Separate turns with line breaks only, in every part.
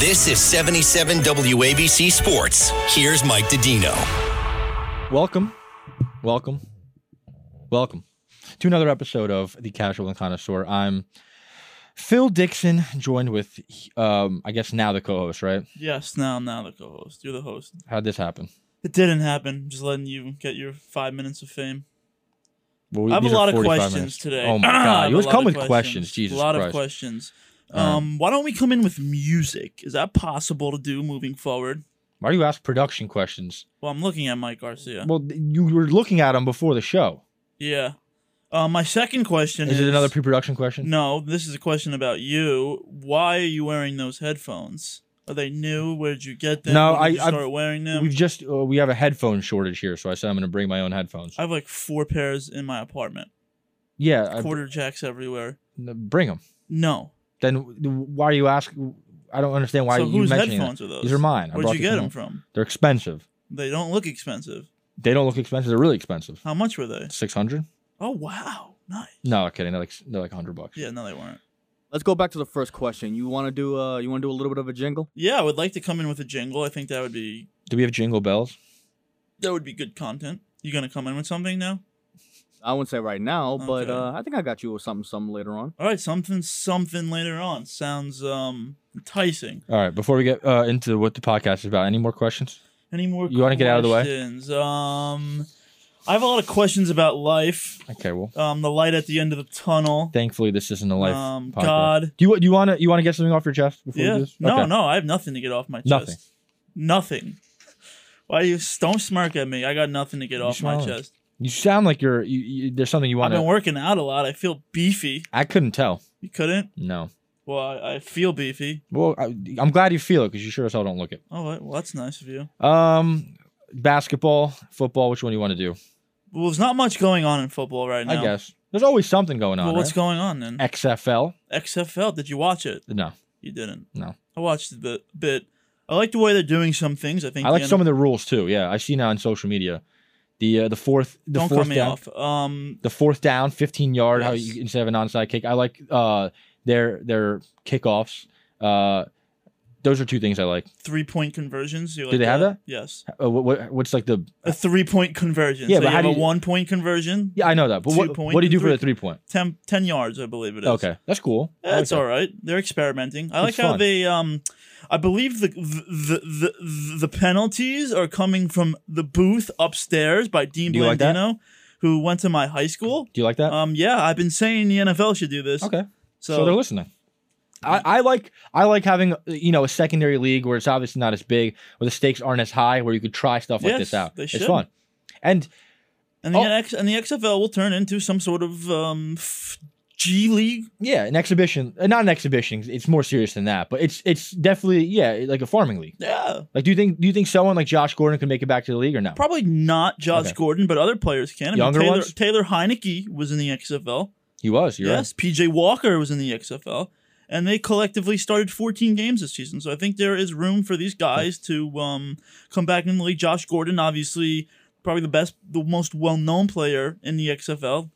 This is 77 WABC Sports. Here's Mike Dedino.
Welcome. Welcome. Welcome to another episode of The Casual and Connoisseur. I'm Phil Dixon, joined with, um, I guess, now the co host, right?
Yes, now now the co host. You're the host.
How'd this happen?
It didn't happen. Just letting you get your five minutes of fame.
Well, we,
I have a lot of questions
minutes.
today.
Oh my god, you always come with questions. questions. Jesus,
a lot
Christ.
of questions. Um, right. why don't we come in with music? Is that possible to do moving forward?
Why do you ask production questions?
Well, I'm looking at Mike Garcia.
Well, you were looking at him before the show.
Yeah. Uh, my second question
is, is it another pre-production question?
No, this is a question about you. Why are you wearing those headphones? Are they new? Where did you get them?
No,
When did
I-
you
I've-
start wearing them.
We've just uh, we have a headphone shortage here, so I said I'm going to bring my own headphones.
I have like four pairs in my apartment.
yeah, I-
Quarter jacks everywhere.
n- bring them.
No.
Then why are you asking? I don't understand why
so
you
whose
mentioning
headphones
that.
are those?
These are mine. I
Where'd
brought
you
these
get
home.
them from?
They're expensive.
They don't look expensive.
They don't look expensive. They're really expensive.
How much were they?
Six hundred?
Oh wow, nice.
No, kidding. They're like they're like hundred bucks.
Yeah, no, they weren't.
Let's go back to the first question. You want to do uh you want to do a little bit of a jingle?
Yeah, I would like to come in with a jingle. I think that would be
Do we have jingle bells?
that would be good content. You gonna come in with something now?
I wouldn't say right now, but
Okay.
uh, I think I got you with something something later on.
All right, something something later on sounds um enticing.
All right. Before we get uh, into what the podcast is about, any more questions?
Any more?
You wanna get out of the way?
way? Um, I have a lot of questions about life.
Okay. Well,
Um, the light at the end of the tunnel.
thankfully this isn't a life
Um,
podcast.
God.
Do you do you want to you want to get something off your chest before
yeah.
we do this?
No,
Okay.
no, I have nothing to get off my chest.
Nothing.
Nothing. Why you don't smirk at me? I got nothing to get off my
smiling.
chest.
You sound like you're you, you, there's something you
I've
want
been
to.
working out a lot. I feel beefy.
I couldn't tell.
You couldn't?
No.
Well, I, I feel beefy.
Well, I, I'm glad you feel it because you sure as hell don't look it.
All right. Well, that's nice of you.
Um, basketball, football. Which one do you want to do?
Well, there's not much going on in football right now.
I guess there's always something going on.
Well, what's
right?
going on then?
XFL?
XFL. Did you watch it?
No,
You didn't.
no.
I watched a bit. bit. I like the way they're doing some things. I think.
I like
the
some
N-
of the rules too. Yeah, I see now on social media, the uh, the fourth the
Don't
fourth
cut me
down
off. Um,
the fourth down, 15 yard, how
Yes.
you instead of an onside kick. I like uh their their kickoffs. Uh those are two things I like.
three point conversions. You like
Do they have that?
Yes.
Uh, what, what what's like the
A three point conversion.
Yeah,
so
but
you
how
have
do
a
you-
one point conversion.
Yeah, I know that. But what,
Two-point
what do you do
and
for the
three-
three point?
10, 10 yards, I believe it is.
Okay. That's cool. I like
That's
that.
all right. They're experimenting. I like
It's
how
fun.
they um I believe the the, the the penalties are coming from the booth upstairs by Dean
Do you like that?
Blandino, who went to my high school.
Do you like that?
Um yeah, I've been saying the NFL should do this.
okay. So,
So,
they're listening. I, I like I like having uh, you know a secondary league where it's obviously not as big, where the stakes aren't as high, where you could try stuff like this
Yes,
out.
they
it's
should.
fun. And
and the
Oh.
X and the XFL will turn into some sort of um f- G League.
yeah, an exhibition, uh, not an exhibition. It's more serious than that, but it's it's definitely yeah, like a farming league.
Yeah.
Like, do you think do you think someone like Josh Gordon could make it back to the league or no?
Probably not Josh
Okay.
Gordon, but other players can. I mean,
Younger
Taylor,
ones?
Taylor Heineke was in the XFL.
He was. You're
yes, PJ Walker was in the XFL, and they collectively started 14 games this season. So I think there is room for these guys to um, come back in the league. Josh Gordon, obviously, probably the best, the most well-known player in the XFL,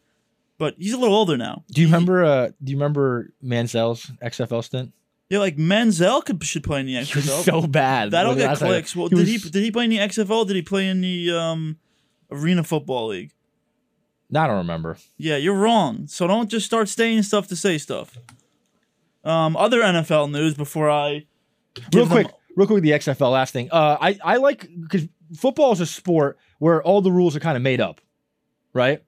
but he's a little older now.
Right. Do you remember? Uh, do you remember Manziel's XFL stint?
Yeah, like Manziel could, should play in the
He was
XFL.
so bad.
That'll
Like,
get
last time-
clicks. Well, did
was-
he did he play in the XFL? Did he play in the um, Arena Football League?
I don't remember.
Yeah, you're wrong. So don't just start saying stuff to say stuff. Um, other NFL news before I
Real
give them-
quick, real quick. The XFL last thing. Uh, I I like because football is a sport where all the rules are kind of made up, right?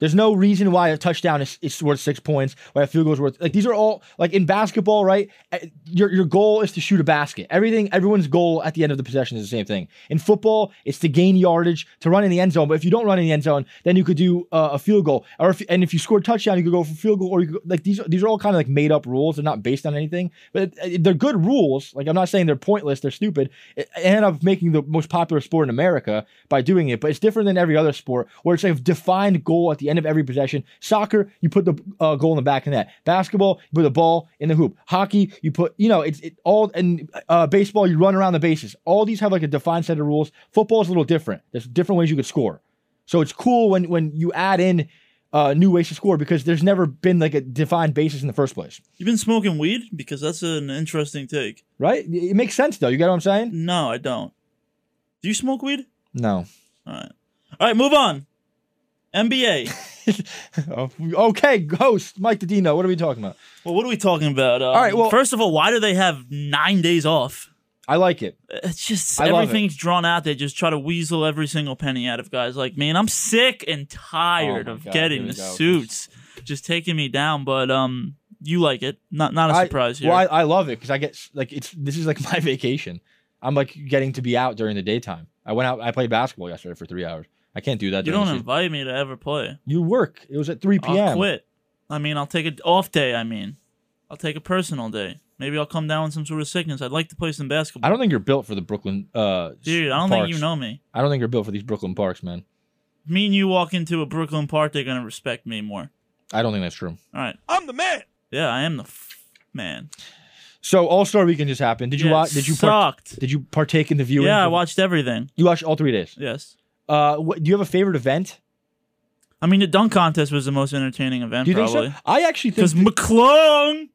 There's no reason why a touchdown is, is worth six points, why a field goal is worth like these are all like in basketball, right? eh, Your your goal is to shoot a basket. Everything, everyone's goal at the end of the possession is the same thing. In football, it's to gain yardage, to run in the end zone. But if you don't run in the end zone, then you could do uh, a field goal, or if, and if you score a touchdown, you could go for field goal, or you could, like these these are all kind of like made up rules. They're not based on anything, but eh, they're good rules. Like I'm not saying they're pointless, they're stupid. eh, It it ended up making the most popular sport in America by doing it, but it's different than every other sport where it's a defined goal at the end of every possession. Soccer, you put the uh, goal in the back of the net. Basketball, you put the ball in the hoop. Hockey, you put, you know, it's it all, and uh, baseball, you run around the bases. All these have like a defined set of rules. Football is a little different. There's different ways you could score. So it's cool when when you add in uh, new ways to score because there's never been like a defined basis in the first place,
You've been smoking weed? Because that's an interesting take.
right? It it makes sense though. You get what I'm saying?
No, I don't. Do you smoke weed?
No.
All right. All right, move on. NBA.
Oh, okay, ghost Mike Dino. What are we talking about?
well, what are we talking about? Um, all
right, well-
first of all, why do they have nine days off?
I like it.
It's just
I love it.
everything's drawn out. They just try to weasel every single penny out of guys. Like, man, I'm sick and tired
Oh my
of
God,
getting
here
the
we go.
suits, just taking me down. But um, you like it? Not not a
I-
surprise here.
Well, I, I love it because I get s- like it's this is like my vacation. I'm like getting to be out during the daytime. I went out. I played basketball yesterday for three hours. I can't do that.
you
during
don't
the season.
invite me to ever play.
You work. It was at three p.m.
I'll quit. I mean, I'll take an off day. I mean, I'll take a personal day. Maybe I'll come down with some sort of sickness. I'd like to play some basketball.
I don't think you're built for the Brooklyn. Uh,
dude. I don't think you
parks.
know me.
I don't think you're built for these Brooklyn parks, man.
Me and you walk into a Brooklyn park, they're gonna respect me more.
I don't think that's true.
All right. I'm the man. Yeah, I am the f- man.
So All Star Weekend just happened. Did you
Yeah,
watch? Did you part-
sucked?
did you partake in the viewing?
yeah, I
of-
watched everything.
You watched all three days.
Yes.
Uh, what, do you have a favorite event?
I mean, the dunk contest was the most entertaining event,
Do you
probably.
think so? I actually think
Because McClung,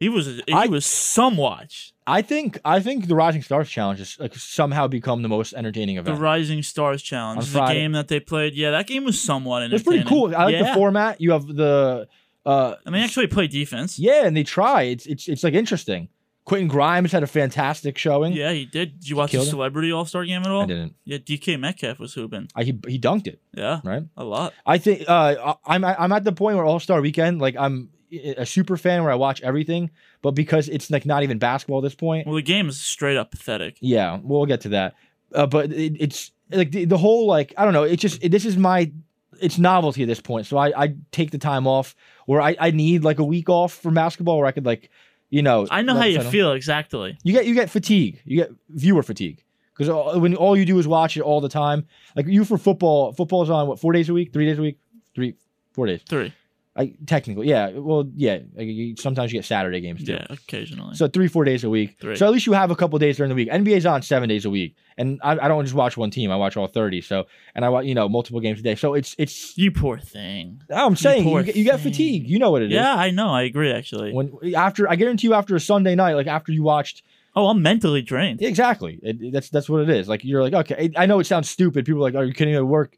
he was he
I-
was some watch.
I think I think the Rising Stars Challenge has like somehow become the most entertaining
The
event.
Rising Stars Challenge,
On
the
Friday.
game that they played. Yeah, that game was somewhat
It's
entertaining.
pretty cool. I like
yeah.
the format. You have the uh
I mean, actually play defense.
yeah, and they try. It's it's it's like interesting. Quentin Grimes had a fantastic showing.
Yeah, he did. Did you watch the
killed him?
Celebrity All Star game at all?
I didn't.
Yeah, DK Metcalf was hooping.
I, he he dunked it
Yeah,
right.
a lot.
I think uh I- I'm I'm at the point where All Star Weekend like I'm eh, a super fan where I watch everything, but because it's like not even basketball at this point,
Well, the game is straight up pathetic.
Yeah, we'll get to that. Uh, but it, it's like the, the whole like I don't know. It's just this is my it's novelty at this point. So I I take the time off where I I need like a week off from basketball where I could like you know
I know
let
how
it
you
settle.
feel exactly.
You get you get fatigue. You get viewer fatigue because when all you do is watch it all the time. Like you for football, football's on what four days a week, three days a week, three four days.
Three.
I technically yeah. Well yeah. Like, you, sometimes you get Saturday games too.
Yeah, occasionally.
So three, four days a week.
Three.
So at least you have a couple days during the week. NBA's on seven days a week, and I, I don't just watch one team. I watch all thirty. So and I watch you know multiple games a day. So it's it's
you poor thing.
I'm saying you,
poor
get, you get
thing.
fatigue. You know what it is.
Yeah, I know. I agree. Actually.
When after I guarantee you after a Sunday night, like after you watched
oh, I'm mentally drained.
exactly, it, it- that's that's what it is. Like you're like okay, I know it sounds stupid. People are like, are you kidding? me? I work.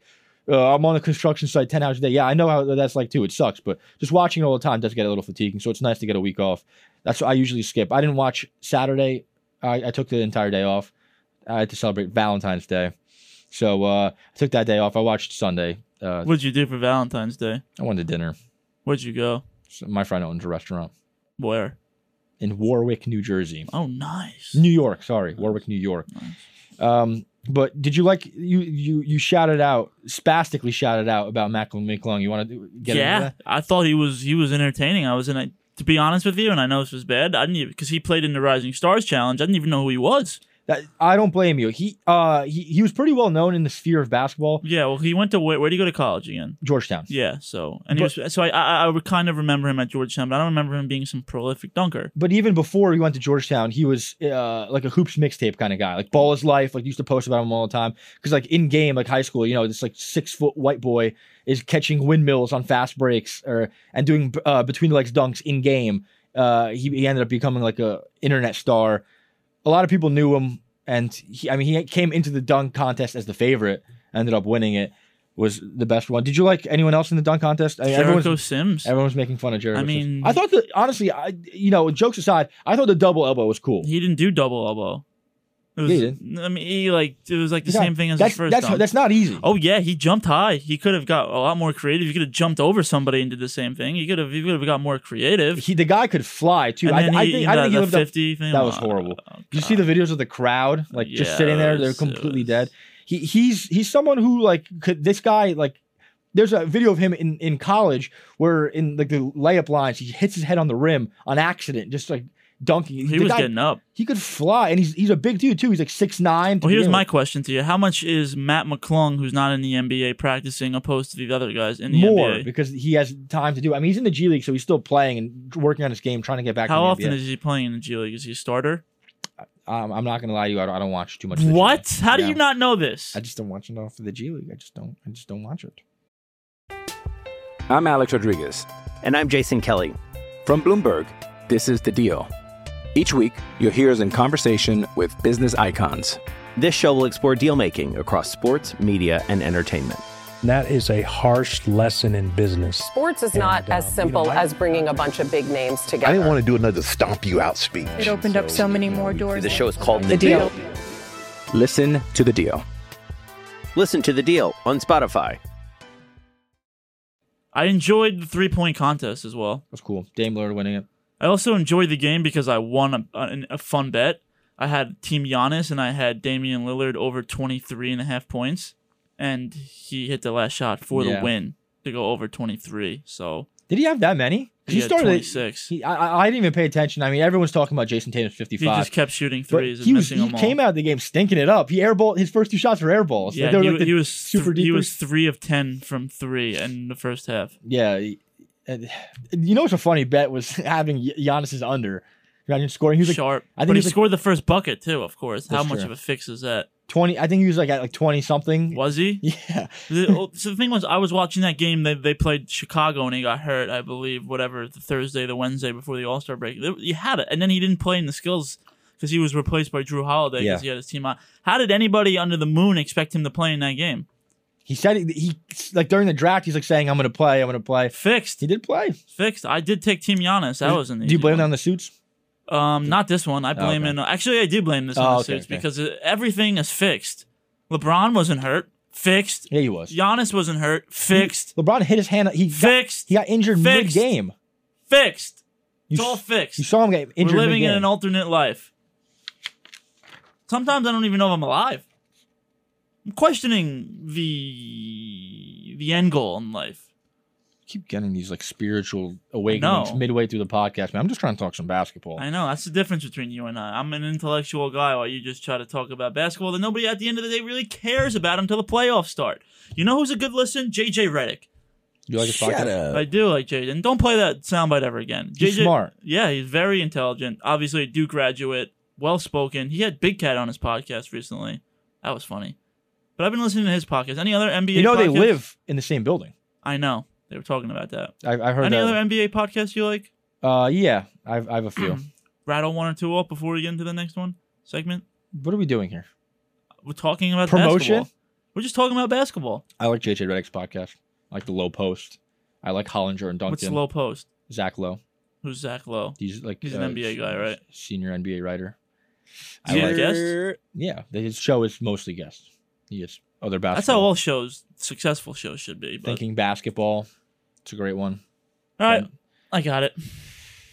Uh, I'm on the construction site ten hours a day. Yeah, I know how that's like too. It sucks, but just watching it all the time does get a little fatiguing. So it's nice to get a week off. That's what I usually skip. I didn't watch Saturday. I, I took the entire day off. I had to celebrate Valentine's Day, so uh, I took that day off. I watched Sunday. Uh,
What'd you do for Valentine's Day?
I went to dinner.
Where'd you go?
So my friend owns a restaurant
Where?
in Warwick, New Jersey.
Oh, nice.
New York, sorry, Warwick, New York. Um, but did you like you you you shouted out spastically shouted out about Macklin McClung? You want to get
yeah,
into that?
I thought he was he was entertaining. I was in a, to be honest with you, and I know this was bad. I didn't even because he played in the Rising Stars Challenge. I didn't even know who he was.
that? I don't blame you. He uh he, he was pretty well known in the sphere of basketball,
Yeah, well, he went to where? Where did he go to college again?
Georgetown.
Yeah, so and he was, so I, I I would kind of remember him at Georgetown, but I don't remember him being some prolific dunker.
But even before he went to Georgetown, he was uh, like a hoops mixtape kind of guy, like ball is life. Like used to post about him all the time because like in game, like high school, you know, this like six foot white boy is catching windmills on fast breaks or and doing uh, between the legs dunks in game. Uh, he, he ended up becoming like a internet star. A lot of people knew him, and he, I mean, he came into the dunk contest as the favorite, ended up winning it. Was the best one. Did you like anyone else in the dunk contest? I mean, everyone's-
Jericho Sims.
Everyone's making fun of Jericho.
I
Sims.
mean-
I thought that honestly, I you know, jokes aside, I thought the double elbow was cool.
he didn't do double elbow. It was,
Yeah, he
I mean, he like it was like the
Not-
same thing as
that's,
his first
that's,
dunk.
that's not easy.
Oh yeah, he jumped high. He could have got a lot more creative. He could have jumped over somebody and did the same thing. He could have. He could have got more creative.
He, the guy could fly too.
and
I,
then
I
he,
think,
the,
I think he
the
lived up-
50 thing.
That was
Oh,
horrible.
God.
Did you see the videos of the crowd like just sitting there? They're
Yes, it
completely
was-
dead. He, he's he's someone who like could this guy like there's a video of him in in college where in like the layup lines he hits his head on the rim on accident just like dunking.
He
The
was
guy-
getting up.
He could fly and he's he's a big dude too. He's like six nine.
Well, here's my question to you: How much is Matt McClung, who's not in the NBA, practicing opposed to the other guys in the
more
NBA?
because he has time to do. I mean, he's in the G League, so he's still playing and working on his game, trying to get back.
How
to the
often
NBA.
is he playing in the G League? Is he a starter?
Um, I'm not gonna lie to you. I don't, I don't watch too much. Of the G
What?
League.
How do
Yeah.
you not know this?
I just don't watch enough of the G League. I just don't. I just don't watch it.
I'm Alex Rodriguez.
And I'm Jason Kelly.
From Bloomberg, this is The Deal. Each week, you'll hear us in conversation with business icons.
This show will explore deal making across sports, media, and entertainment.
And that is a harsh lesson in business.
Sports is
And,
not
uh,
as
you know,
simple
I-
as bringing a bunch of big names together.
I didn't want to do another stomp you out speech.
It opened up so many more doors.
The show is called The Deal.
Listen to The Deal.
Listen to The Deal on Spotify.
I enjoyed the three point contest as well.
That's cool. Dame Lillard winning it.
I also enjoyed the game because I won a, a, a fun bet. I had Team Giannis and I had Damian Lillard over 23 and a half points, and he hit the last shot for
Yeah.
the win to go over 23. So
Did he have that many?
He had 26.
He, I, I- I didn't even pay attention. I mean, everyone's talking about Jason Tatum's
he
55.
just kept shooting
but
threes
he
and
was,
missing
he
them all.
came out of the game stinking it up. He airballed his first two shots were airballs.
yeah,
they were
he,
like the
he was
super
th-
deep
he
three-
was three of ten from three in the first half.
Yeah. he- and- you know what's a funny bet was having Gi- Giannis's under. Imagine scoring. He was like
Sharp,
I think
but
he
he
was like-
scored the first bucket too. Of course, how
That's
much
true.
of a fix is that?
20. I think he was like at like 20 something.
Was he?
Yeah.
The, oh, so the thing was, I was watching that game that they played Chicago and he got hurt, I believe, whatever, the Thursday, the Wednesday before the All Star break. There- You had it. And then he didn't play in the skills because he was replaced by Drew Holiday because
Yeah.
he had his team out. How did anybody under the moon expect him to play in that game?
He said he, he like during the draft, he's like saying, I'm going to play. I'm going to play.
Fixed.
He did play.
Fixed. I did take Team Giannis. That was an
Do
easy
you blame
one.
him on the suits?
Um, not this one. I blame
okay.
it. on- Actually, I do blame this
Oh,
on the
okay,
suits
okay.
because uh, everything is fixed. LeBron wasn't hurt. Fixed.
Yeah, he was.
Giannis wasn't hurt. Fixed.
LeBron hit his hand. He got,
Fixed.
he got injured mid
Fixed.
game.
Fixed.
You,
it's all
s-
fixed.
you saw him get injured.
We're living in
mid-game.
an alternate life. Sometimes I don't even know if I'm alive. I'm questioning the the end goal in life.
keep getting these like spiritual awakenings
know.
midway through the podcast, man. I'm just trying to talk some basketball.
I know that's the difference between you and I. I'm an intellectual guy, while you just try to talk about basketball that nobody at the end of the day really cares about until the playoffs start. You know who's a good listen? JJ Redick.
You like this podcast?
I do like JJ. And don't play that soundbite ever again.
He's
JJ,
smart.
Yeah, he's very intelligent. Obviously, a Duke graduate, well spoken. He had Big Cat on his podcast recently. That was funny. But I've been listening to his podcast. Any other NBA?
You know they
podcast?
live in the same building.
I know they were talking about that.
I, I heard
Any
that.
other NBA podcast you like?
uh, yeah, I've, I have a few.
Mm. Rattle one or two off before we get into the next one segment.
what are we doing here?
We're talking about
Promotion?
basketball. We're just talking about basketball.
I like JJ Redick's podcast. I like the Low Post. I like Hollinger and
What's
Duncan.
low post?
Zach Low.
Who's Zach Lowe?
He's like uh,
He's an NBA guy, right?
Senior NBA writer.
Is he a guest?
Yeah, his show is mostly guests. He has other basketball.
That's how all shows, successful shows, should be. But.
thinking basketball. It's a great one.
All right,
Ben-
I got it.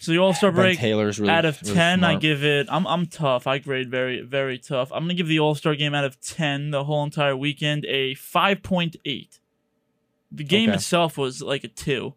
So the All Star
Ben
break
Taylor's really
out of
really
ten, I
smart.
give it. I'm I'm tough. I grade very very tough. I'm gonna give the All Star game out of ten, the whole entire weekend, a five point eight. The game
Okay.
itself was like a two.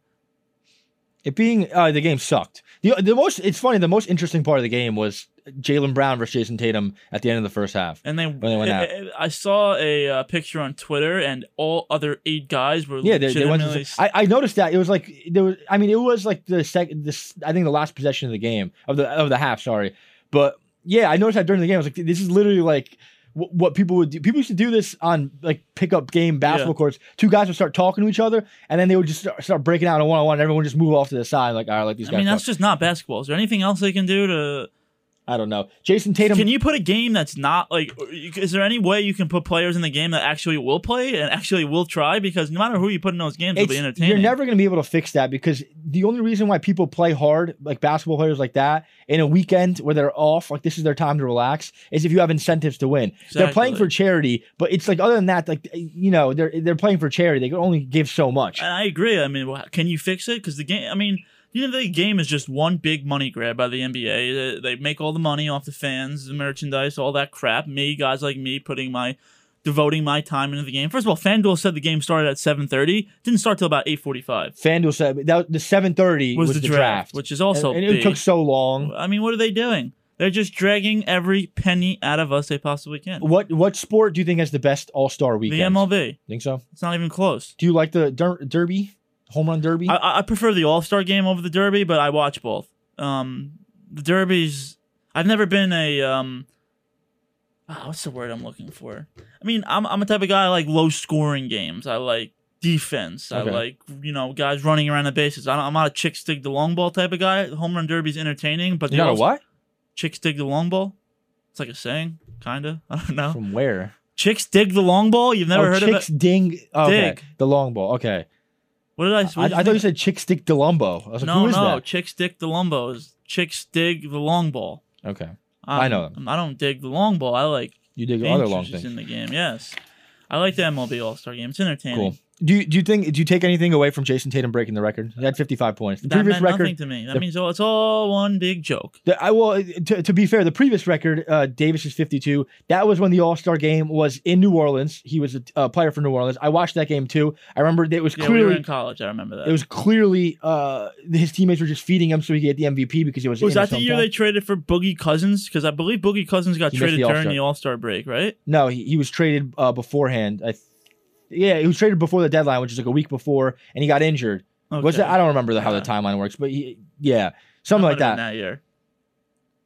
It being uh, the game sucked. The, the most it's funny. The most interesting part of the game was Jalen Brown versus Jason Tatum at the end of the first half.
And they,
they went out.
I, I saw a uh, picture on Twitter, and all other eight guys were
Yeah, they, they went.
legitimately.
I, I noticed that it was like there was. I mean, it was like the second. This I think the last possession of the game of the of the half. Sorry, but yeah, I noticed that during the game. I was like, this is literally like. wh- What people would do, people used to do this on like pickup game basketball
Yeah.
courts. Two guys would start talking to each other, and then they would just start, start breaking out in one on one. Everyone would just move off to the side, like all right, like these
I
guys.
mean, that's
fuck.
just not basketball. Is there anything else they can do to
I don't know. Jason Tatum.
Can you put a game that's not like? uh, Is there any way you can put players in the game that actually will play and actually will try? Because no matter who you put in those games, it'll be
It's-
entertaining.
You're never going to be able to fix that because the only reason why people play hard, like basketball players like that, in a weekend where they're off, like this is their time to relax, is if you have incentives to win. They're playing
Exactly.
for charity, but it's like other than that, like you know, they're they're playing for charity. They can only give so much.
And I agree. I mean, wha- can you fix it? Because the game, I mean, you know, the game is just one big money grab by the NBA. They, they make all the money off the fans, the merchandise, all that crap. Me, guys like me, putting my devoting my time into the game. First of all, FanDuel said the game started at 7:30. Didn't start till about 8:45.
FanDuel said that the 7:30 was, the draft,
which is also
and, and it
big.
took so long.
I mean, what are they doing? They're just dragging every penny out of us they possibly can.
What what sport do you think has the best All Star
The
weekend?
MLB.
Think so?
It's not even close.
Do you like the der- derby, home run derby?
I- I, I prefer the All Star game over the Derby, but I watch both. Um, the Derby's. I've never been a. Um, ah, what's the word I'm looking for? I mean, I'm, I'm a type of guy I like low scoring games. I like defense.
Okay.
I like, you know, guys running around the bases. I don't, I'm not a chick stick the long ball type of guy. The Home run derby's entertaining, but
you
the
got a
All-
what?
Chicks dig the long ball. It's like a saying, kind of. I don't know.
From where?
Chicks dig the long ball. You've never
oh,
heard
chicks
of it.
ding. Okay,
Dig.
the long ball. Okay,
What did I?
I,
What
I thought you said chick stick Delumbo. I was like,
no,
who is
no.
that?
Chicks dig the lumbo is chicks dig the long ball.
Okay,
I'm-
I know them.
I don't dig the long ball. I like
you dig
other
other long things.
in the game. Yes, I like the MLB All Star game. It's entertaining.
Cool. Do you, do you think do you take anything away from Jason Tatum breaking the record? He had 55 points. The
That
previous
meant nothing
record.
to me. That
the-
means all, it's all one big joke.
the- I well to, to be fair, the previous record, uh, Davis is 52. That was when the All Star game was in New Orleans. He was a uh, player for New Orleans. I watched that game too. I remember that it was
Yeah, we were
clearly
in college. I remember that.
it was clearly uh, his teammates were just feeding him so he could get the MVP because he was.
Was
in
Oh, that
his
the year
hometown.
they traded for Boogie Cousins? Because I believe Boogie Cousins got
He missed
traded
the
during
All-Star.
the All Star break, right?
No, he, he was traded uh, beforehand. I th- yeah, he was traded before the deadline, which is like a week before, and he got injured. Was
Okay.
that? I don't remember the, how the
Yeah.
timeline works, but he, yeah, something like
Might have
that.
been That year.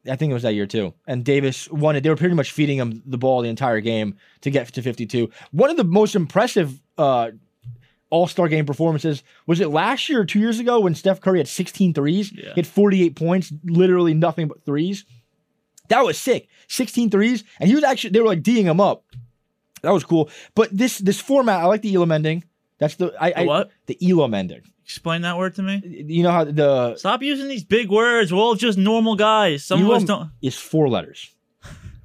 I think it was that year too. And Davis won it. They were pretty much feeding him the ball the entire game to get to 52. One of the most impressive uh, All Star game performances was it last year or two years ago when Steph Curry had 16 threes,
Yeah.
hit 48 points, literally nothing but threes. That was sick. 16 threes, and he was actually they were like D'ing him up. That was cool. But this this format, I like the Elam ending. That's the I,
The
I
what?
the Elam ending.
Explain that word to me.
You know how the
Stop using these big words. We're all just normal guys. Some of us
Elam
don't.
is four letters.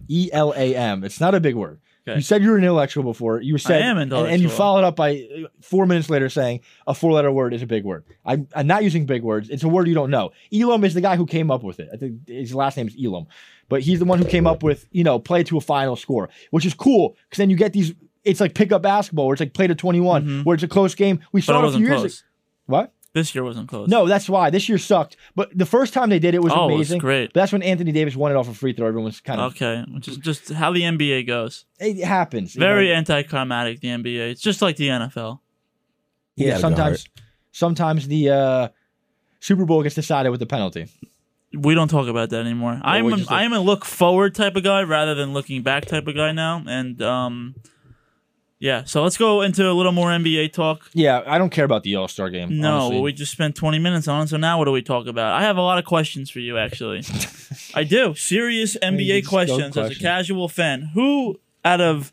E L A M. It's not a big word.
Okay.
You said you were an intellectual before. You said,
am
and- and you
intellectual.
followed up by uh, four minutes later saying a four-letter word is a big word. I'm, I'm not using big words. It's a word you don't know. Elam is the guy who came up with it. I think his last name is Elam, but he's the one who came up with you know play to a final score, which is cool because then you get these. It's like pickup basketball, where it's like play to 21, where it's a close game. We
Mm-hmm. But
saw
it
it a few
wasn't
years.
close.
What?
This year wasn't close.
No, that's why this year sucked. But the first time they did it was
Oh, it was
amazing.
great.
But that's when Anthony Davis won it off a free throw. Everyone's kind of
Okay, which is just how the NBA goes.
it happens. you
Very
know.
anticlimactic. The NBA. It's just like the NFL.
yeah.
gotta go
Sometimes, sometimes the uh, Super Bowl gets decided with a penalty.
We don't talk about that anymore. I'm
we
a,
just-
I am a look forward type of guy rather than looking back type of guy now. And um, yeah. So let's go into a little more NBA talk.
Yeah, I don't care about the All Star game.
No,
honestly.
we just spent 20 minutes on it. So now what do we talk about? I have a lot of questions for you, actually. I do. Serious NBA
just go
questions as a
question.
casual fan. Who out of.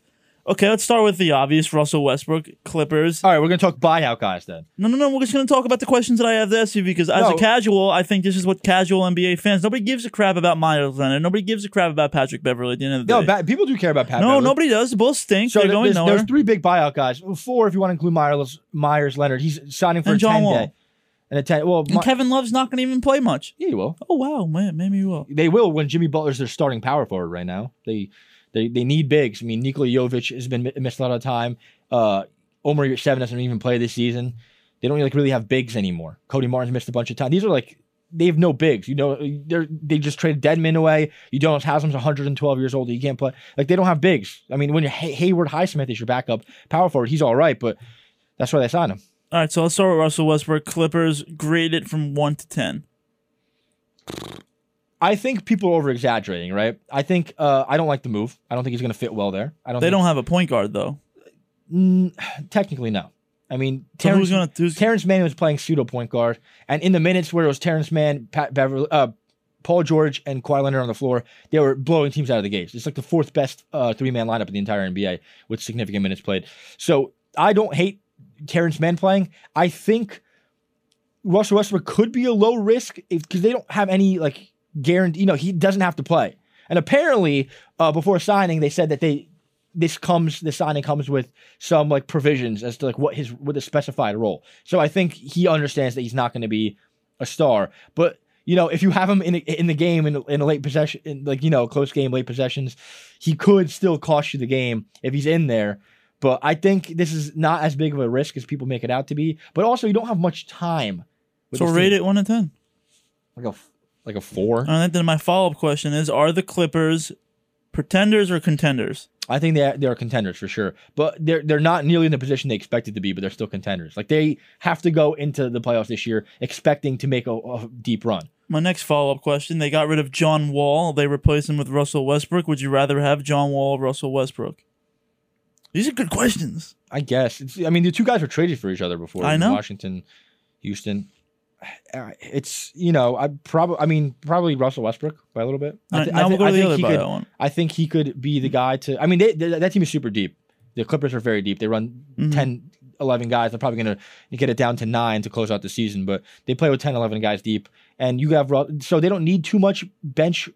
Okay, let's start with the obvious Russell Westbrook, Clippers.
All right, we're gonna talk buyout guys then.
No, no, no. We're just going to talk about the questions that I have to ask you because, as
No.
a casual, I think this is what casual NBA fans. Nobody gives a crap about Myers Leonard. Nobody gives a crap about Patrick Beverly at the end of the
No,
day.
ba- people do care about Pat.
no,
Beverly.
nobody does. The Bulls stink.
So
They're
th-
going
there's,
nowhere.
there's three big buyout guys. Well, Four, if you want to include Myers, Myers Leonard. He's signing for
And
a
John
ten
Wall.
day, and a ten. Well,
and
my-
Kevin Love's not going to even play much.
yeah, you will.
Oh, wow. Man, maybe you will.
they will when Jimmy Butler's their starting power forward right now. They they they need bigs. I mean, Nikola Jovic has been mi- missed a lot of time. Uh, Omer Seven doesn't even play this season. They don't like really have bigs anymore. Cody Martin's missed a bunch of time. These are like they have no bigs. You know, they're they just traded Deadman away. You don't have Haslam's 112 years old. He can't play. Like they don't have bigs. I mean, when you're Hay- Hayward Highsmith is your backup power forward, he's all right, but that's why they signed him.
All right, so let's start with Russell Westbrook. Clippers grade it from 1 to 10.
I think people are over exaggerating, right? I think uh, I don't like the move. I don't think he's going to fit well there. I don't.
They
think-
don't have a point guard, though.
Mm, technically, no. I mean, Terrence,
who's gonna- who's-
Terrence Mann was playing pseudo point guard, and in the minutes where it was Terrence Mann, Pat Beverly, uh, Paul George and Kawhi Leonard on the floor, they were blowing teams out of the gates. It's like the fourth best uh, three man lineup in the entire NBA with significant minutes played. So I don't hate Terrence Mann playing. I think Russell Westbrook could be a low risk because they don't have any like guarantee. You know, he doesn't have to play. And apparently, uh, before signing, they said that they this comes the signing comes with some like provisions as to like what his with a specified role. So I think he understands that he's not going to be a star, but. You know, if you have him in a, in the game in a, in a late possession, in like you know, close game, late possessions, he could still cost you the game if he's in there. But I think this is not as big of a risk as people make it out to be. But also, you don't have much time. with
So
this
rate
team.
it one to ten.
like a f- like a four.
And then- then my follow up question is: Are the Clippers pretenders or contenders?
I think they they are contenders for sure, but they're they're not nearly in the position they expected to be, but they're still contenders. Like they have to go into the playoffs this year expecting to make a, a deep run.
My next follow up question: They got rid of John Wall. They replaced him with Russell Westbrook. Would you rather have John Wall or Russell Westbrook? These are good questions.
I guess. It's, I mean, the two guys were traded for each other before.
I know.
Washington, Houston. Uh, It's you know I probably I mean probably Russell Westbrook by a little bit. I
All right,
thi- I thi-
now we'll go
I
to the
think
other
he
bio
could-
one.
I think he could be the guy to. I mean, they, th- that team is super deep. The Clippers are very deep. They run ten, eleven 10, 11 guys. They're probably going to get it down to nine to close out the season, but they play with 10, 11 guys deep. And you have, Ru- so they don't need too much bench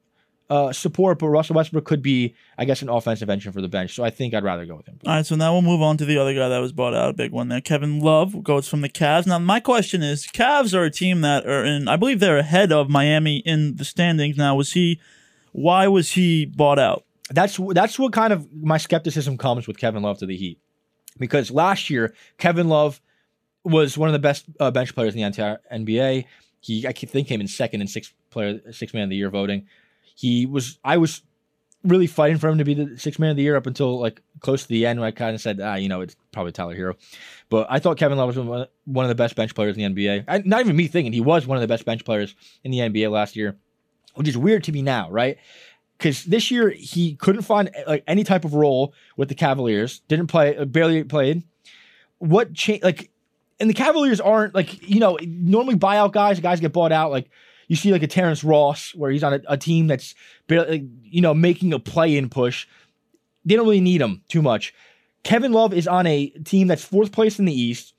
uh, support, but Russell Westbrook could be, I guess, an offensive engine for the bench. So I think I'd rather go with him.
All right, so now we'll move on to the other guy that was brought out, a big one there. Kevin Love goes from the Cavs. Now, my question is Cavs are a team that are in, I believe they're ahead of Miami in the standings. Now, was he, why was he bought out?
that's that's what kind of my skepticism comes with Kevin Love to the Heat, because last year Kevin Love was one of the best uh, bench players in the entire NBA. He I think came in second in six player six man of the year voting. He was I was really fighting for him to be the six man of the year up until like close to the end when I kind of said ah you know it's probably Tyler Hero, but I thought Kevin Love was one one of the best bench players in the NBA. I, not even me thinking he was one of the best bench players in the NBA last year, which is weird to me now, right? because this year he couldn't find eh, like any type of role with the Cavaliers. Didn't play, uh, barely played. What change? Like, and the Cavaliers aren't like you know normally buyout guys. Guys get bought out. Like you see like a Terrence Ross where he's on a, a team that's barely like, you know making a play-in push. They don't really need him too much. Kevin Love is on a team that's fourth place in the East,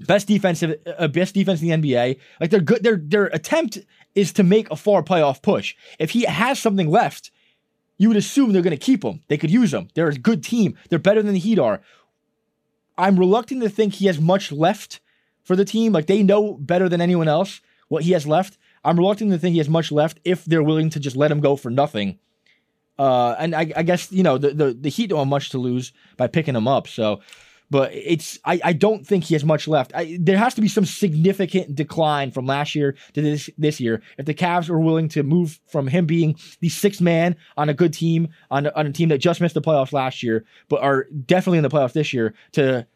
best defensive, uh, best defense in the NBA. Like their good, their their attempt is to make a far playoff push. If he has something left, you would assume they're going to keep him. They could use him. They're a good team. They're better than the Heat are. I'm reluctant to think he has much left for the team. Like they know better than anyone else what he has left. I'm reluctant to think he has much left if they're willing to just let him go for nothing. Uh, and I, I guess you know the, the the Heat don't have much to lose by picking him up. So, but it's I, I don't think he has much left. I, there has to be some significant decline from last year to this this year if the Cavs were willing to move from him being the sixth man on a good team on a- on a team that just missed the playoffs last year but are definitely in the playoffs this year to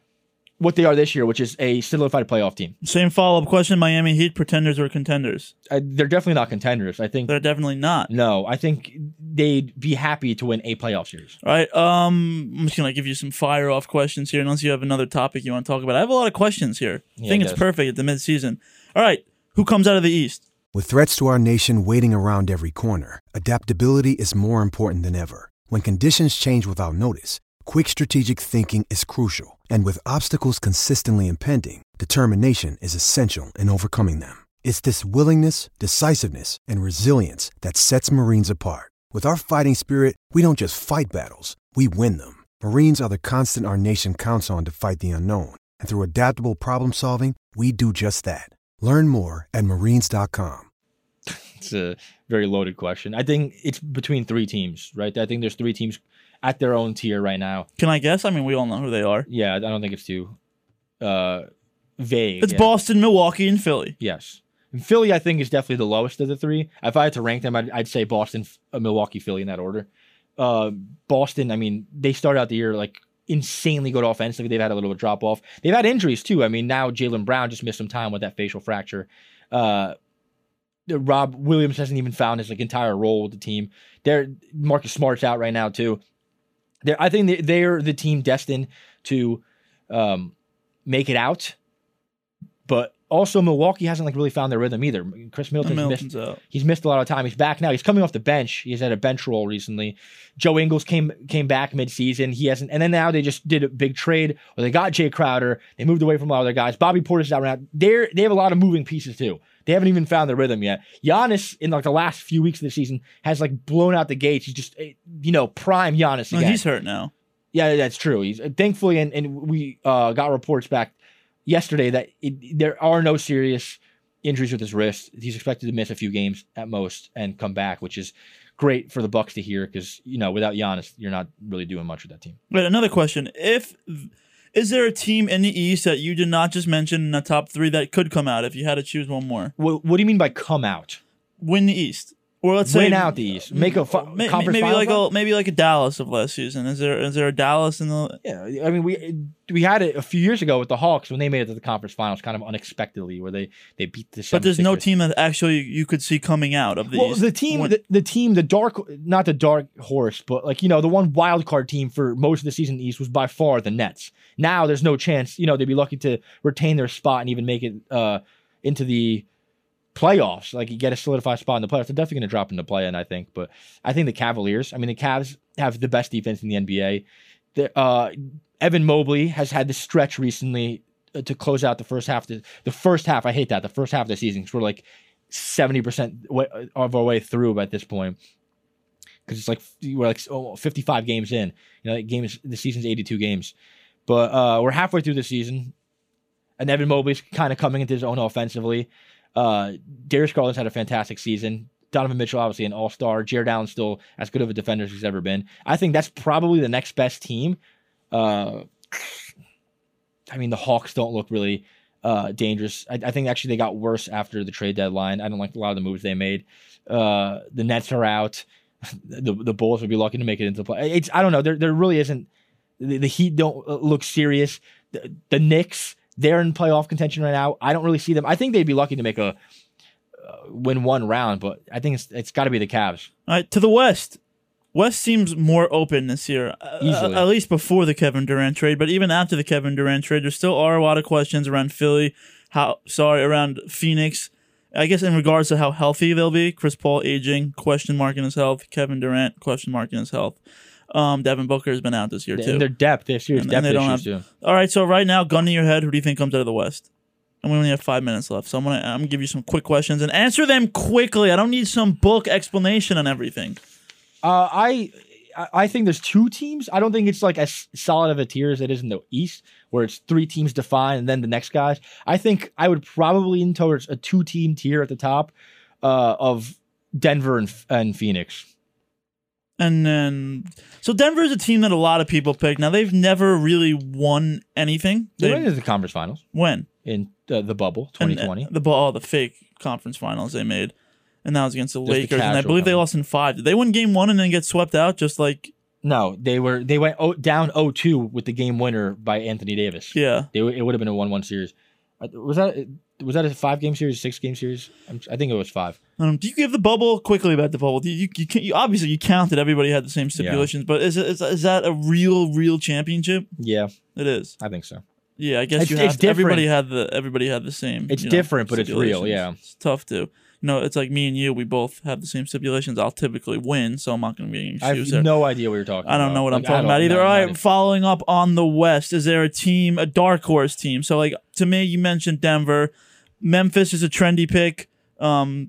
what they are this year, which is a solidified playoff team.
Same follow up question Miami Heat, pretenders or contenders?
I, they're definitely not contenders. I think
They're definitely not.
no, I think they'd be happy to win a playoff series.
All right, um, I'm just gonna give you some fire off questions here, unless you have another topic you want to talk about. I have a lot of questions here. I
Yeah,
think
I
it's
guess.
perfect at the mid season. All right, who comes out of the East?
With threats to our nation waiting around every corner, adaptability is more important than ever. When conditions change without notice, quick strategic thinking is crucial, and with obstacles consistently impending, determination is essential in overcoming them. It's this willingness, decisiveness, and resilience that sets Marines apart. With our fighting spirit, we don't just fight battles, we win them. Marines are the constant our nation counts on to fight the unknown, and through adaptable problem solving, we do just that. Learn more at marines.com.
It's a very loaded question. I think it's between three teams, right? I think there's three teams at their own tier right now.
Can I guess? I mean, we all know who they are.
Yeah, I don't think it's too uh, vague.
It's
Yeah.
Boston, Milwaukee, and Philly.
Yes. And Philly, I think, is definitely the lowest of the three. If I had to rank them, I'd, I'd say Boston, F- uh, Milwaukee, Philly in that order. Uh, Boston, I mean, they started out the year like insanely good offensively. They've had a little bit of drop off. They've had injuries too. I mean, now Jalen Brown just missed some time with that facial fracture. Uh, the- Rob Williams hasn't even found his like entire role with the team. They're Marcus Smart's out right now too. They're, I think they- they're the team destined to um, make it out but also Milwaukee hasn't like really found their rhythm either. Chris Middleton's,
Middleton's
missed.
out.
He's missed a lot of time. He's back now. He's coming off the bench. He's had a bench role recently. Joe Ingles came came back midseason. He hasn't. And then now they just did a big trade or they got Jay Crowder. They moved away from a lot of their guys. Bobby Porter's out around. They're they have a lot of moving pieces too. They haven't even found their rhythm yet. Giannis in like the last few weeks of the season has like blown out the gates. He's just eh, you know prime Giannis
No,
again.
Oh, he's hurt now.
Yeah, that's true. He's uh, thankfully, and, and we uh, got reports back yesterday that it, there are no serious injuries with his wrist. He's expected to miss a few games at most and come back, which is great for the Bucks to hear because you know without Giannis, you're not really doing much with that team.
Wait, another question. If is there a team in the East that you did not just mention in the top three that could come out if you had to choose one more?
What, what do you mean by come out?
Win the East, or let's
Win
say
out the East, make a fi-
May- may-
conference
maybe
final
like
run?
a maybe like a Dallas of last season. Is there is there a Dallas in the?
Yeah, I mean we we had it a few years ago with the Hawks when they made it to the conference finals, kind of unexpectedly, where they they beat the.
But there's no
76ers.
team that actually you could see coming out of the
Well,
East.
the team,
Win-
the, the team, the dark, not the dark horse, but like you know, the one wild card team for most of the season in the East was by far the Nets. Now there's no chance. You know, they'd be lucky to retain their spot and even make it uh, into the playoffs. Like you get a solidified spot in the playoffs. They're definitely going to drop into play in, I think. But I think the Cavaliers. I mean, the Cavs have the best defense in the NBA. The, uh, Evan Mobley has had this stretch recently uh, to close out the first half. Of the, the first half, I hate that. The first half of the season, 'cause we're like seventy percent of our way through at this point. Because it's like we're like oh, 55 games in. You know, the game is the season's 82 games, but uh, we're halfway through the season, and Evan Mobley's kind of coming into his own offensively. Uh, Darius Garland's had a fantastic season. Donovan Mitchell, obviously an all star. Jared Allen still as good of a defender as he's ever been. I think that's probably the next best team. Uh, I mean, the Hawks don't look really uh, dangerous. I, I think actually they got worse after the trade deadline. I don't like a lot of the moves they made. Uh, the Nets are out. The the Bulls would be lucky to make it into the play. It's I don't know. There there really isn't. The, the Heat don't uh, look serious. The, the Knicks they're in playoff contention right now. I don't really see them. I think they'd be lucky to make a uh, win one round, but I think it's it's got to be the Cavs.
All right, to the West. West seems more open this year, uh,
Easily.
at least before the Kevin Durant trade. But even after the Kevin Durant trade, there still are a lot of questions around Philly. How sorry around Phoenix. I guess in regards to how healthy they'll be, Chris Paul aging question mark in his health. Kevin Durant question mark in his health. Um, Devin Booker has been out this year too.
And their depth, they have serious
And-
depth
and they don't
issues
have-
too.
All right, so right now, gun to your head, who do you think comes out of the West? And we only have five minutes left, so I'm gonna I'm gonna give you some quick questions and answer them quickly. I don't need some book explanation on everything.
Uh, I I- I think there's two teams. I don't think it's like as solid of a tier as it is in the East, where it's three teams defined and then the next guys. I think I would probably lean towards a two team tier at the top uh, of Denver and, and Phoenix.
And then, so Denver's a team that a lot of people pick. Now they've never really won anything.
They
They
went into the conference finals
when
in uh, the bubble
And, uh,
2020.
the ball, the fake conference finals they made, and that was against the
Just the
Lakers. and I
casual
believe they
kind.
lost in five. Did they win game one and then get swept out? Just like
no, they were they went o- down 0-2 with the game winner by Anthony Davis.
yeah,
They, w- it would have been a one-one series. Uh, Was that was that a five-game series, six-game series? I'm, I think it was five.
Um, do you give the bubble quickly about the bubble? Do you, you, can't, you obviously you counted everybody had the same stipulations, but is, it, is is that a real real championship?
Yeah,
It is.
I think so.
Yeah, I guess
It's-
you have
it's
to, everybody had
different.
the everybody had the same.
It's
you know,
different, but it's real,
stipulations.
yeah.
it's tough to. You know, it's like me and you. We both have the same stipulations. I'll typically win, so I'm not going to be an
I
excuse
have
there.
no idea what you're talking.
I don't
about.
know what I'm
Like, I
talking
don't
about either.
know,
All
not
right,
even-
following up on the West, is there a team, a dark horse team? So, like to me, you mentioned Denver. Memphis is a trendy pick. Um,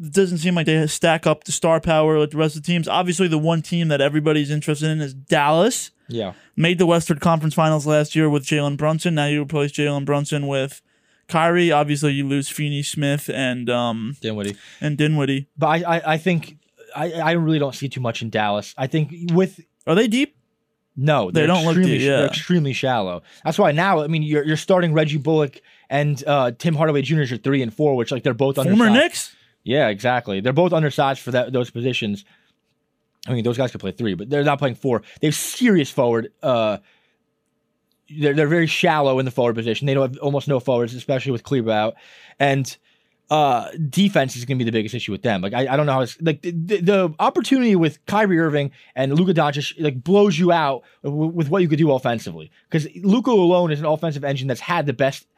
it doesn't seem like they stack up the star power with the rest of the teams. Obviously, the one team that everybody's interested in is Dallas.
Yeah,
Made the Western Conference Finals last year with Jalen Brunson. Now you replace Jalen Brunson with Kyrie. Obviously, you lose Feeney Smith and um
Dinwiddie.
and Dinwiddie.
But I, I, I think I, I really don't see too much in Dallas. I think with
Are they deep?
no,
They
they're
don't look
extremely,
deep, yeah.
They're extremely shallow. That's why now, I mean, you're you're starting Reggie Bullock and uh, Tim Hardaway Jr. is your three and four, which like they're both
Former
undersized.
Knicks.
Yeah, exactly. They're both undersized for that those positions. I mean, those guys could play three, but they're not playing four. They have serious forward. Uh, they're they're very shallow in the forward position. They don't have almost no forwards, especially with Kleber out. And uh, defense is going to be the biggest issue with them. Like I, I don't know how it's like the, the, the opportunity with Kyrie Irving and Luka Doncic like blows you out w- with what you could do offensively because Luka alone is an offensive engine that's had the best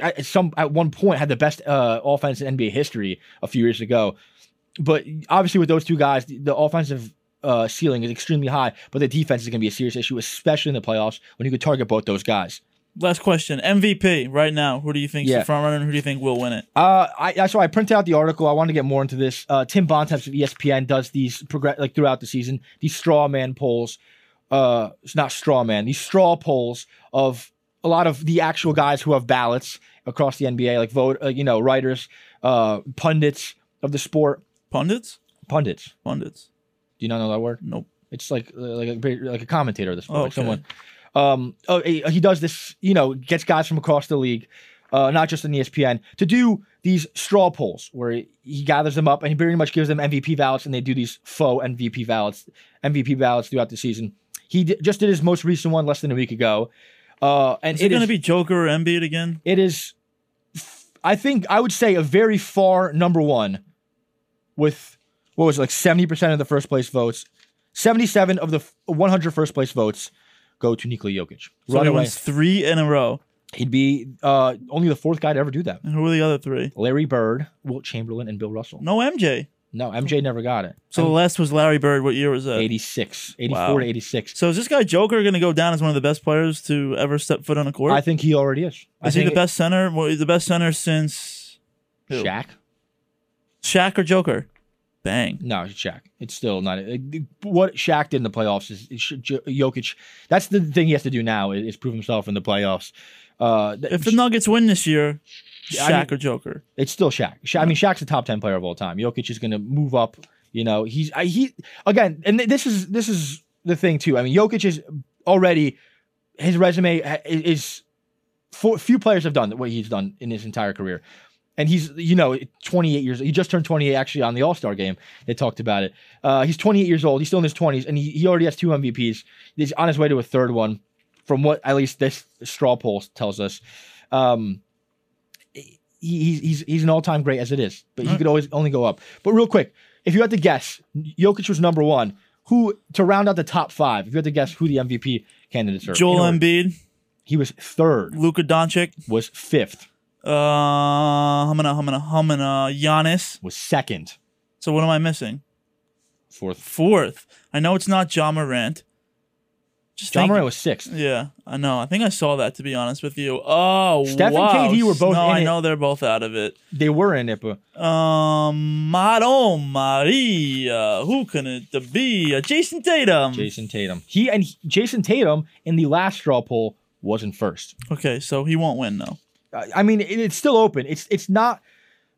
at some at one point had the best uh, offense in NBA history a few years ago. But obviously, with those two guys, the, the offensive uh, ceiling is extremely high, but the defense is going to be a serious issue, especially in the playoffs when you could target both those guys.
Last question. MVP right now. Who do you think is
Yeah.
the front runner and who do you think will win it?
Uh, I I- so I printed out the article. I want to get more into this. Uh, Tim Bontemps of ESPN does these progress like throughout the season these straw man polls. Uh, it's not straw man. These straw polls of a lot of the actual guys who have ballots across the NBA, like vote, uh, you know, writers, uh, pundits of the sport,
Pundits?
pundits.
Pundits.
Do you not know that word?
Nope.
It's like uh, like a, like a commentator of the sport,
Oh,
like someone.
okay.
Um, oh, he he does this, you know, gets guys from across the league, uh, not just in ESPN, to do these straw polls where he- he gathers them up and he pretty much gives them MVP ballots, and they do these faux MVP ballots, MVP ballots throughout the season. He d- just did his most recent one less than a week ago, uh, and
Is it, going
is-
to be Joker or Embiid again?
it is i think i would say a very far number one with what was it, like 70% of the first place votes 77 of the f- 100 first place votes go to Nikola Jokic.
So
Right
he
away,
wins three in a row.
he'd be uh, only the fourth guy to ever do that.
And who are the other three?
Larry Bird, Wilt Chamberlain, and Bill Russell.
No MJ.
No, MJ never got it.
So the last was Larry Bird. What year was that?
86, 84
Uh, Wow.
to 86.
So is this guy Joker going to go down as one of the best players to ever step foot on a court?
I think he already is. I
is he
think
the best center? Well, he's the best center since who?
Shaq?
Shaq or Joker? Bang.
No, it's Shaq. It's still not it- what Shaq did in the playoffs. Is, is J- Jokic? That's the thing he has to do now is, is prove himself in the playoffs. Uh, th-
If the Nuggets win this year,
I mean-
Shaq or Joker?
it's still Shaq. Sha- I mean, Shaq's a top ten player of all time. Jokic is going to move up. You know, he's I, he again, and th- this is this is the thing too. I mean, Jokic is already his resume ha- is- is for, few players have done what he's done in his entire career, and he's you know 28 years. He just turned 28 actually on the All Star game. They talked about it. Uh, he's 28 years old. He's still in his 20s, and he, he already has two MVPs. He's on his way to a third one, from what at least this straw poll tells us. Um, he, he's he's he's an all time great as it is, but he could always only go up. But real quick, if you had to guess, Jokic was number one. Who to round out the top five? If you had to guess who the MVP candidates are,
Joel
in order,
Embiid,
he was third,
Luka Doncic,
was fifth,
uh, Humana, Humana, Humana, Giannis.
was second,
So what am I missing?
fourth.
Fourth. I know it's not John Morant. Just
John
think-
Moran was sixth.
Yeah, I know. I think I saw that to be honest with you. Oh,
Steph and
wow.
KD were both
No,
in
I
it.
know they're both out of it.
They were in it, but
Um, Maro Maria, who can it be? Uh, Jason Tatum.
Jason Tatum. He and he- Jason Tatum in the last straw poll wasn't first.
Okay, so he won't win though.
I- I mean, it, it's still open. It's it's not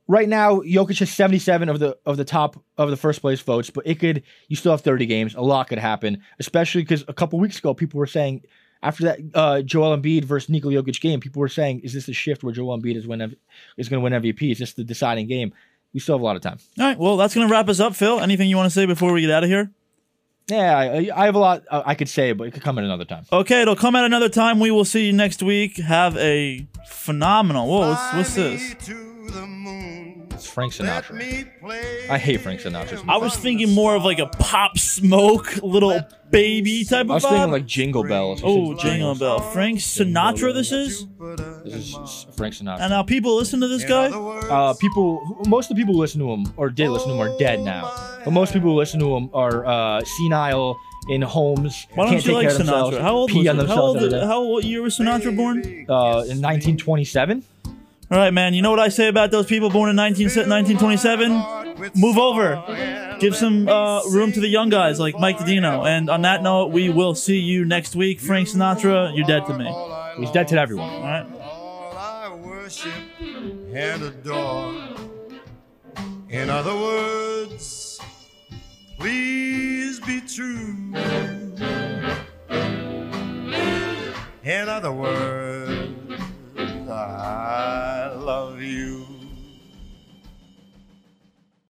right now. Jokic has seventy seven of the of the top of the first place votes, but it could. You still have thirty games. A lot could happen, especially because a couple weeks ago people were saying after that uh, Joel Embiid versus Nikola Jokic game, people were saying, "Is this the shift where Joel Embiid is win is going to win MVP? Is this the deciding game?" We still have a lot of time.
All right, well that's gonna wrap us up, Phil. Anything you want to say before we get out of here?
Yeah, I, I have a lot uh, I could say, but it could come at another time.
Okay, it'll come at another time. We will see you next week. Have a phenomenal. Whoa, what's, what's this?
It's Frank Sinatra. I hate Frank Sinatra.
I was thinking more of like a pop smoke, little baby type of
I was
vibe.
thinking like Jingle Bells.
oh, jingle bell. Frank Sinatra, this is.
This is Frank Sinatra.
And now people listen to this guy.
uh, people, who- most of the people who listen to him or did listen to him are dead now. But most people who listen to him are uh, senile in homes.
Why don't
can't
you
take
like
care of themselves,
Sinatra? How old
pee
was
on
it? How
themselves
old?
every day.
How old year was Sinatra born?
uh, in 1927,
All right, man. You know what I say about those people born in 19, 1927? Move over. Give some uh, room to the young guys like Mike Dino. And on that note, we will see you next week. Frank Sinatra, you're dead to me. All
he's dead to everyone.
right.
all I worship and adore. In other words, please be true. In other words,